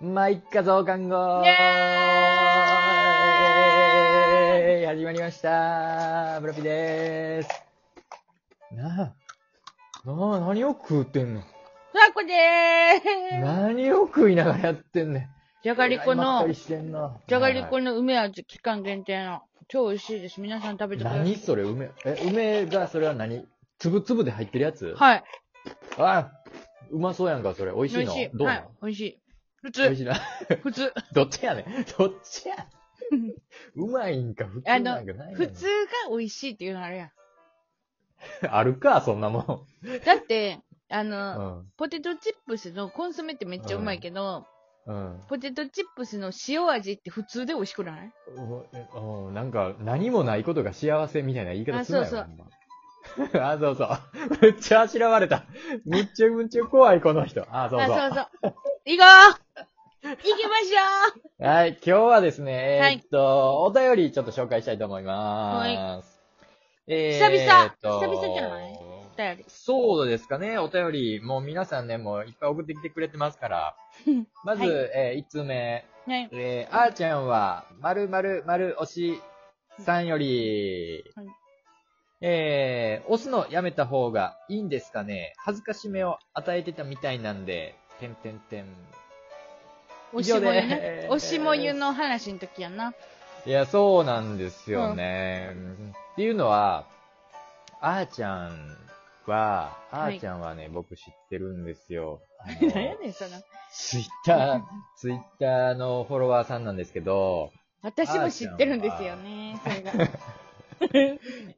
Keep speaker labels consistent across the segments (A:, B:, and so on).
A: まあ、いっか増刊号
B: イエ
A: イエーイ始まりましたブラピでーす。なあ、なあ、何を食うてんの
B: さこでーす
A: 何を食いながらやってんねん。
B: じゃがりこ
A: まった
B: の
A: り、してんな
B: じゃがりこの梅味期間限定の、超美味しいです。皆さん食べてくださ
A: 何
B: い。
A: それ、梅。え、梅がそれは何粒々で入ってるやつ
B: はい。
A: あうまそうやんか、それ。美味
B: 美
A: しい
B: 味
A: の
B: しい。
A: どう
B: は
A: ないの。
B: 美味しい。普
A: 美味
B: 通。
A: しいな。
B: 普通。
A: どっちやねん。 どっちや。 うまいんか、普通
B: あ
A: なん
B: の
A: かないねん
B: 普通が美味しいっていうのあるやん。
A: あるか、そんなも
B: だって、あ
A: ん。う
B: の、
A: ん。
B: ポテトチップスのコンソメってめっちゃうまいけど、
A: うん。
B: ポテトチップスの塩味って普通で美味しくない
A: おえおなんか、何もないことが幸せみたいな言い方
B: あ
A: すなよ。
B: そうそう
A: ほんま あ、そうそう。めっちゃあしらわれた。めっちゃめっちゃ怖い、この人。あ、そうそう。
B: あ、そう そう。行こう行きましょう
A: はい、今日はですね、
B: はい
A: えーっと、お便りちょっと紹介したいと思います。え
B: 久々
A: えっと
B: 久々じゃないお便り。
A: そうですかね、お便り、もう皆さんね、もういっぱい送ってきてくれてます から。まず、
B: はい
A: え1通目、
B: ね。
A: えー、あーちゃんは、まるまるまる推しさんより、
B: はい
A: えー、押すのやめた方がいいんですかね恥ずかしめを与えてたみたいなんで、てんてんてん。
B: おしもゆね
A: 以上で。す
B: おしもゆの話の時や な。
A: いや、そうなんですよね。っていうのは、あーちゃんは、あ
B: はい
A: ーちゃんはね、僕知ってるんですよ。あの
B: 何やねん、その。
A: ツイッター、ツイッターのフォロワーさんなんですけど、
B: 私も知ってるんですよね、それが。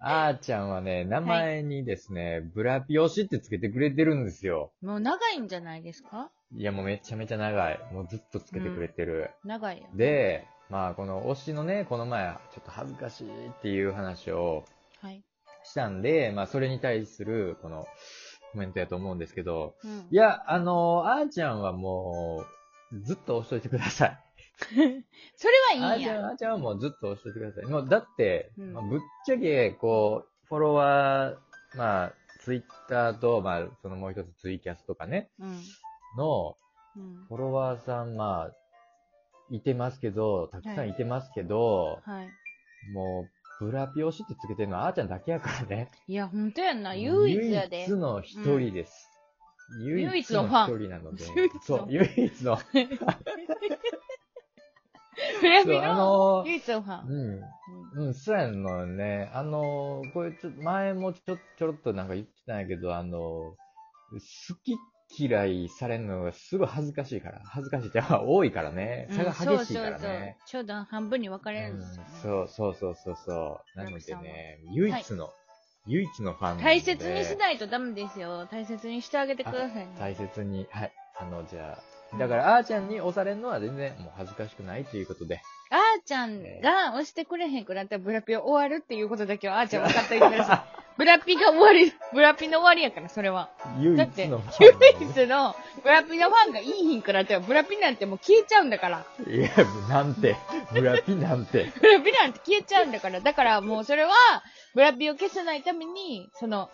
A: あーちゃんはね、名前にですね、ブラピ推しってつけてくれてるんですよ。
B: もう長いんじゃないですか
A: いや、もうめちゃめちゃ長い。もうずっとつけてくれてる。
B: 長いよ。
A: で、まあ、この推しのね、この前、ちょっと恥ずかしいっていう話を
B: はい。
A: したんで、まあ、それに対する、この、コメントやと思うんですけど、
B: うん
A: いや、あのあーちゃんはもう、ずっと押しといてください。
B: それ
A: あ
B: は
A: ー
B: いいん
A: ちゃん、
B: や。
A: あーちゃんはもうずっと押しといてください。もうだって、
B: うん
A: まあ、ぶっちゃけ、こう、フォロワー、まあ、ツイッターと、まあ、そのもう一つツイキャスとかね、
B: うん。
A: の
B: うん。
A: フォロワーさん、まあ、いてますけど、たくさんいてますけど、
B: はい。
A: もう、ブラピ推しってつけてるのはあーちゃんだけやからね。
B: いや、ほんとやんな。唯一やで
A: 唯一。の一人です。
B: 唯一のファン
A: 唯一の一人なので
B: 唯一の。
A: そう、唯一の。
B: フラ
A: そう
B: ビ
A: あ
B: の
A: の
B: 唯一のファン。
A: うん。うん、そうやんのね。あの、これちょ、前もちょ、ちょろっとなんか言ってたんやけど、あの、好き嫌いされるのがすごい恥ずかしいから。恥ずかしいって、あ多いからね。
B: うん
A: 差が激しいから
B: そうそうそう
A: ね。。
B: ちょうど半分に分か
A: う
B: れるん
A: ん
B: ですよね。
A: そうそうそうそうそう。なのでね、唯一の、唯一のファンなので
B: 大切にしないとダメですよ。大切にしてあげてください
A: 大
B: ね。
A: 切に。はい。あの、じゃあ、だから、あーちゃんに押されるのは全然もう恥ずかしくないということで。
B: あーちゃんが押してくれへんくなったらブラピは終わるっていうことだけはあーちゃん分かっておいてくださ い。ブラピが終わり、ブラピの終わりやから、それは。
A: 唯
B: だって
A: 一のファンなので
B: 唯一のブラピのファンがいいひんくなったらブラピなんてもう消えちゃうんだから。
A: いや、なんて、ブラピなんて。
B: ブラピなんて消えちゃうんだから。だからもうそれは、ブラピを消さないために、その、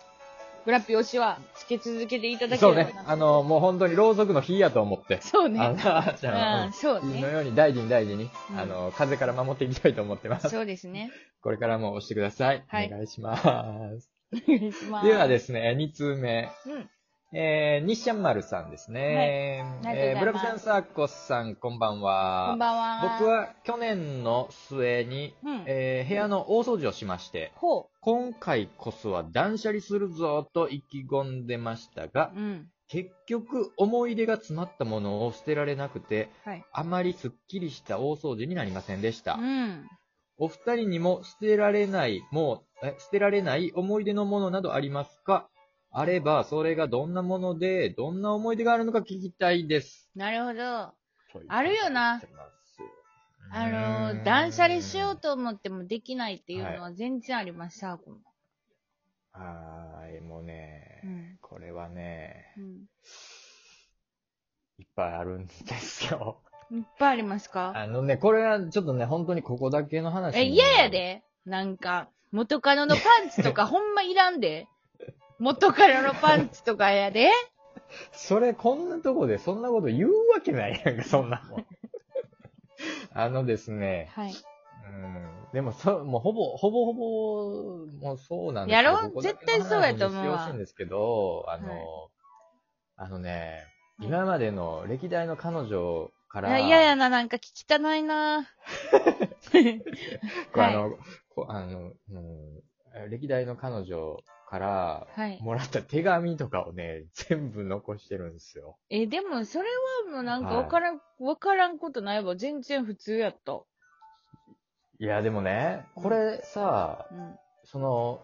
B: ブラピ推しはつけ続けていただけ
A: そう
B: れば
A: ね。
B: な。
A: あの、もう本当にろうそくの火やと思って。
B: そう
A: あ
B: ね。
A: の、あーちゃ
B: あ
A: ん
B: ーそう
A: 火の
B: ね。
A: ように大事に大事に、
B: うん
A: あの、風から守っていきたいと思ってます。
B: そうですね。
A: これからも押してください。
B: はい
A: お願いします。
B: お願いします。
A: ではですね、2通目。
B: うん。
A: えー、西山丸さんですね。
B: はいあり
A: えー、ブ
B: がと
A: ラ
B: う
A: ブ
B: ござい
A: さ
B: ま
A: ん、サーコスさん、こんばんは。
B: こんばんは。
A: 僕、は去年の末に、
B: うん。
A: えー部屋の大掃除をしまして、
B: ほ
A: 今回こそは断捨離するぞと意気込んでましたが
B: う。、うん。
A: 結局思い出が詰まったものを捨てられなくて、
B: はい。
A: あまりすっきりした大掃除になりませんでした。
B: うん。
A: お二人にも捨てられない、もう、え捨てられない思い出のものなどありますかあれば、それがどんなもので、どんな思い出があるのか聞きたいです。
B: なるほど。あるよな。あの、断捨離しよう。と思ってもできないっていうのは全然あります、サーコも。
A: はーい、もうね、
B: うん。
A: これはね、
B: うん
A: いっぱいあるんですよ。
B: いっぱいありますか
A: あのね、これはちょっとね、本当にここだけの話。
B: え、嫌や。で。なんか、元 カノのパンツとかほんまいらんで。元カノのパンツとかやで。
A: それ、こんなとこでそんなこと言うわけないやんか、そんなも ん。あのですね、
B: はい。
A: うん、でもそ、もうほぼ、ほぼほぼ、もうそうなんです
B: やろう
A: ここだけ
B: 絶対そうやと思う
A: 話をして
B: わ
A: ほしいんですけど、あの、
B: はい
A: あのね、今までの歴代の彼女から、
B: あ嫌やな、なんか聞きたないな。
A: こうあの、こうあの、うん、歴代の彼女から、
B: はい。
A: もらった手紙とかをね、全部残してるんですよ。
B: え、でも、それはもうなんかわからん、わ、からんことないわ。全然普通やった。
A: いや、でもね、これさ、
B: うん。
A: その、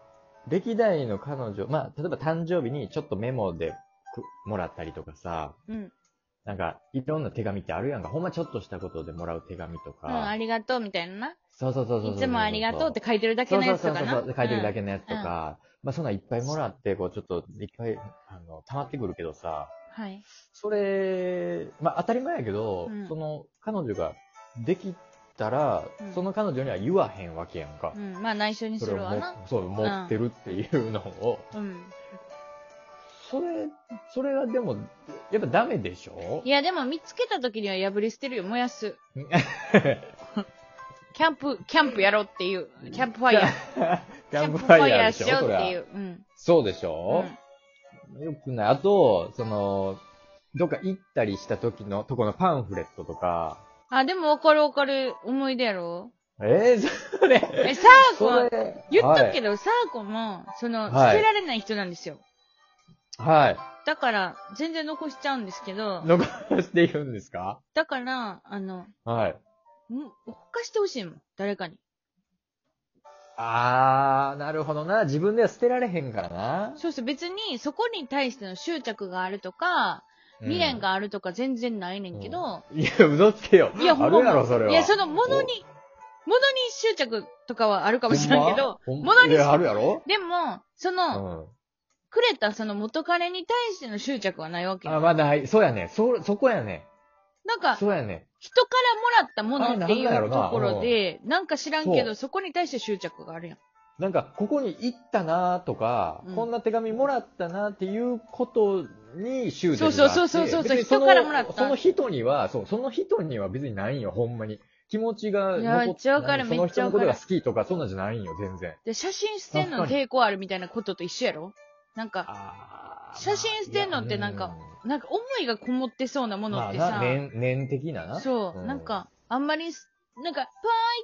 A: 歴代の彼女、まあ、例えば誕生日にちょっとメモでくもらったりとかさ、
B: うん。うん、
A: なんか、いろんな手紙ってあるやんか。ほんまちょっとしたことでもらう手紙と
B: あ
A: か。
B: りがとうみたいなな。
A: そうそうそうそうそう
B: いつもありがとうって書いてるだけのやつとかな。
A: そうそうそうそう書いてるだ
B: け。
A: けのやつとか。まあ、そんなんいっぱいもらって、こう、ちょっと、いっぱい、あの、溜まってくるけどさ、
B: はい。
A: それ、まあ、当たり前やけど、
B: うん
A: その、彼女ができたら、
B: うん
A: その彼女には言わへんわけやんか
B: う。ん。まあ、内緒にす
A: それ
B: る
A: を
B: わ
A: も
B: な。
A: そう、持ってるっていうのを。
B: うん。
A: それ、それはでも、やっぱダメでしょ
B: いや、でも見つけた時には破り捨てるよ。燃 やす。キャンプ、キャンプやろうっていう。キャンプファイヤー。
A: キャンプファイヤーで
B: キ
A: し
B: ャンプファイ
A: ょそ
B: ヤしようってい
A: れは
B: う。うん。
A: そうでし
B: う
A: ょ、
B: ん
A: よくない。あと、その、どっか行ったりした時の、とこのパンフレットとか。
B: あ、でもわかるわかる。思い出やろ
A: えー、それ、
B: え、サーコン、
A: れ
B: 言っとくけ
A: ど。
B: ど、サーコンも、その、
A: はい
B: 捨てられない人なんですよ。
A: はい。
B: だから、全然残しちゃうんですけど、
A: 残しているんですか
B: だから、あの、
A: はい。
B: もう、かしてほしいもん。誰かに。
A: あー、なるほどな。自分では捨てられへんからな。
B: そうそう、別に、そこに対しての執着があるとか、未練があるとか全然ないねんけど、
A: うん。いや、嘘つけよ。
B: いや、ほ
A: あ
B: んま
A: るやろ、それは。
B: いや、その、物に、物に執着とかはあるかもしれんけど、
A: ほんま、
B: 物
A: ほんま
B: に
A: いや、あるやろ
B: でも、そうの、
A: ん。
B: くれたその元彼に対しての執着はないわけよ。
A: あ、まだ、はい。そうやね。そ、そこやね。
B: なんか、
A: そうやね。
B: 人からもらったものってい
A: あなんなんやろ
B: う
A: な
B: ところで、なんか知らんけ
A: そ
B: ど、
A: う
B: そこに対して執着があるやん。
A: なんか、ここに行ったなとか、
B: うん
A: こんな手紙もらったなっていうことに執着があって
B: そうそうそうそうそう
A: 別にの
B: 人からもらった
A: その人には、そう、その人には別にないんよ、ほんまに。気持ちが
B: いや
A: 残
B: めっちゃわかる
A: なんその
B: めっち
A: 人
B: ゃ
A: の
B: わ
A: こ
B: か
A: と
B: る
A: が好きとか、そんなんじゃないんよ、全然。
B: で、写真捨てんの
A: 確か
B: 抵抗あるみたいなことと一緒やろなんか、
A: あー
B: 写真捨てんのってなんか、
A: まあいやうん
B: なんか思いがこもってそうなものって
A: ま
B: さ
A: あ、、年、年的なな。
B: そうう、
A: ん
B: なんか、あんまりす、なんか、パーイ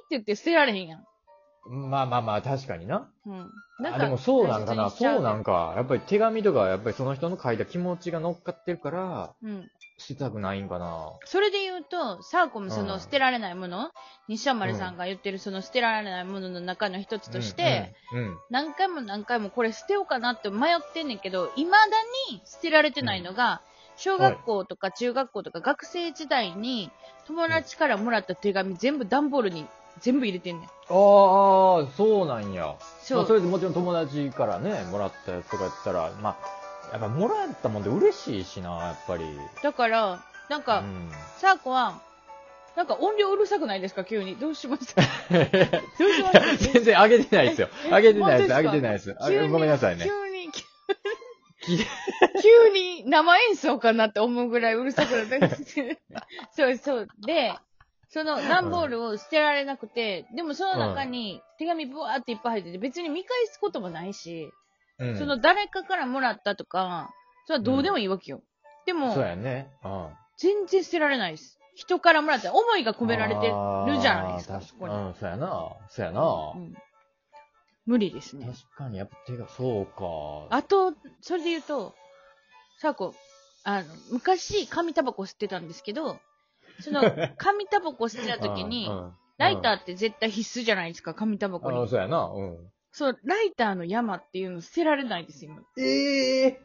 B: って言って捨てられへんやん。
A: まあまあまあ、確かにな。
B: うん。なん
A: あ
B: か、
A: でもそうなんかな。
B: 大切にしちゃ
A: そうなんか。やっぱり手紙とか、やっぱりその人の書いた気持ちが乗っかってるから、
B: うん。
A: 捨てたくないんかな。
B: それで言うと、サーコムそうの
A: ん
B: 捨てられないもの、西山丸さんが言ってるその捨てられないものの中の一つとして、
A: うん、うん。うん
B: 何回も何回もこれ捨てようかなって迷ってんねんけど、未だに捨てられてないのが、小学校とか中学校とか学生時代に友達からもらった手紙全部段ボールに全部入れてんねん。
A: ああ、そうなんや。
B: そ。
A: まあ、そうれでもちろん友達からね、もらったやつとかやったら、まあ、やっぱもらったもんで嬉しいしな、やっぱり。
B: だから、なん
A: う
B: か、
A: ん、
B: サーコは、なんか音量うるさくないですか 急に。どうしましたどうしました
A: 全然あげてないですよ。あげてないです、
B: 本
A: あ
B: 当です
A: げ
B: か
A: てないです。あ
B: 急に
A: ごめんなさいね。
B: 急に、急
A: き
B: に、急に生演奏かなって思うぐらいうるさくなってそうそう。で、その段ボールを捨てられなくて、でもその中に手紙ブワーっていっぱい入ってて、別に見返すこともないし、
A: うん
B: その誰かからもらったとか、それはどうでもいいわけよ。で
A: そう
B: も、
A: やね。うん。
B: 全然捨てられないです。人からもらって、思いが込められてるじゃないです
A: あ
B: か、
A: ー
B: そ
A: 確
B: こ
A: か
B: に。
A: うん、そうやな。そうやな。
B: うん無理ですね。
A: 確かに、やっぱ手が、そうか。
B: あと、それで言うと、さあこう、あの、昔、紙タバコ吸ってたんですけど、そ の、紙タバコ吸ってた時に
A: うん、うん
B: ライターって絶対必須じゃないですか、紙タバコ
A: うんあ
B: に。
A: そうやな。うん。
B: そう、ライターの山っていうの捨てられないです、今。
A: ええ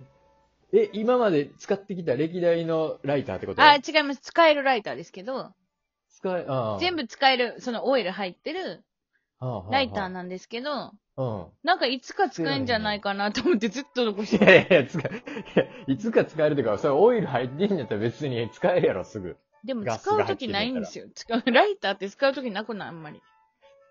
A: え、今まで使ってきた歴代のライターってこと
B: あ、違います。使えるライターですけど、
A: 使い、ああ
B: 全部使える、そのオイル入ってるライターなんですけど、
A: うん。
B: なんかいつか使えんじゃないかなと思ってずっと残 し
A: い
B: て
A: やいやいや、使え、いやいつか使えるというか、それオイル入ってんやったら別に使えるやろ、すぐ。
B: でも
A: ガス
B: 使う
A: が入って
B: 時
A: る
B: ないんですよ。使う、ライターって使う時なくないあんまり。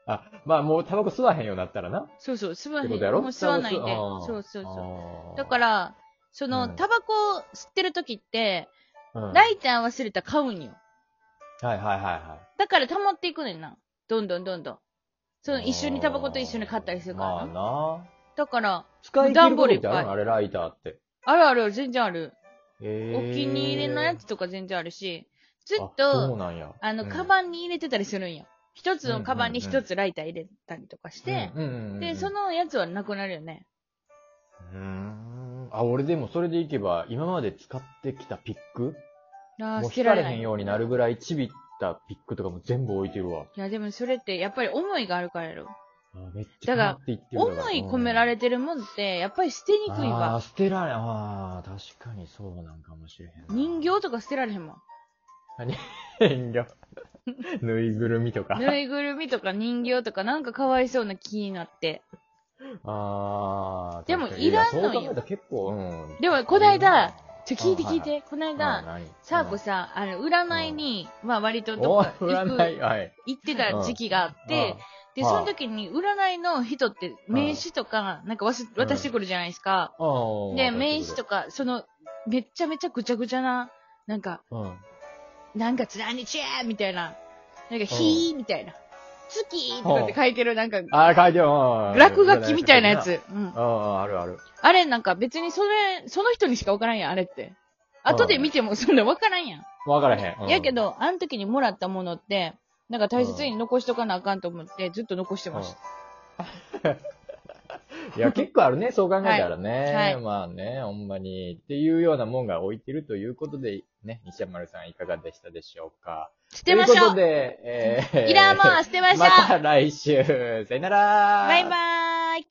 A: あ、まあもうタバコ吸わへんようになったらな。
B: そうそう、吸わへ
A: って
B: ん。も
A: こ
B: う
A: とやろ
B: 吸わないで。
A: タバコ吸
B: そうそうそう。
A: あー
B: だから、その、
A: うん
B: タバコを吸ってる時って、
A: うん。
B: ライター忘れたら買うんよ。
A: はいはいはいは
B: だから溜まっていくねんな。どんどんどんどん。
A: い。
B: その、一緒にタバコと一緒に買ったりするから
A: まあ
B: な。
A: な
B: だから、
A: 使い切ることって
B: 段ボールい
A: あ
B: っ
A: る
B: ぱ
A: の
B: い
A: あれ、ライターって。
B: あるあるある、全然ある。
A: え
B: お気に入りのやつとか全然あるし、ずっ
A: あそう
B: と、
A: なんや。
B: あの、
A: うん
B: カバンに入れてたりするんよ。一つのカバンに
A: うんうんうん
B: 一つライター入れたりとかして、
A: うんうんうんうん
B: で、そ、のやつはなくなるよね。
A: うーん。あ、俺でもそれでいけば、今まで使ってきたピック、
B: あ
A: も
B: あ、
A: う
B: 捨て
A: 引
B: ら
A: か
B: れ
A: れ
B: な
A: へ
B: い。
A: ん
B: い
A: ようになるぐらいちびったピックとかも全部置いてるわ。
B: や、でもそれって、やっぱり思いがあるからやろ。
A: あめっちゃ溜まっていってる
B: 思い込められ
A: て
B: てるもんって、やっぱり捨てにくい
A: あー。
B: わ
A: 捨てられん。ああ、確かにそうなんかもしれへんな。
B: 人形とか捨てられへんもん。
A: 人形。 ぬいぐるみとか。
B: ぬいぐるみとか人形とかなんかかわいそうな気になって。
A: ああ。
B: でも
A: 確かに
B: いらんのよ
A: やそう考えたら結構、うん。
B: でもこないだちょ、聞いて
A: あはい
B: 聞いて。この
A: うん、な
B: 間、
A: 何
B: サーコさん、あの、占いに、まあ割とど
A: おい
B: っか行く、
A: 占い、はい。
B: 行ってた時期があって、で、
A: はあ
B: その時に占いの人って名刺とか、なんかわす渡してくるじゃないですか。
A: あー、
B: で、名刺と
A: か、
B: か、その、めっちゃめちゃぐちゃぐちゃな、なんか、
A: うん、
B: 何月何日やみたいな、なんか、ひーみたいな、月とかって書いてる、なんか、
A: ああ、書いてよ。
B: 落書きみたいなやつ。うん
A: あ。あ、あるある。
B: あれなんか別にそれ、その人にしかわからんやん、あれって。後で見てもそんなわからんやん。
A: わからへん。うん
B: やけ、ど、あの時にもらったものって、なんか大切に残しとかなあかんと思って、ずっと残してました。
A: いや、結構あるね、そう考えたらね。
B: はいはい
A: まあね、ほんまに。っていうようなもんが置いてるということで、ね、西山丸さんいかがでしたでしょうか。
B: 捨てまし
A: というこ
B: ょ
A: と
B: う
A: で、えー、
B: いらんもんは捨てましょう
A: また来週、さよなら
B: バイバーイ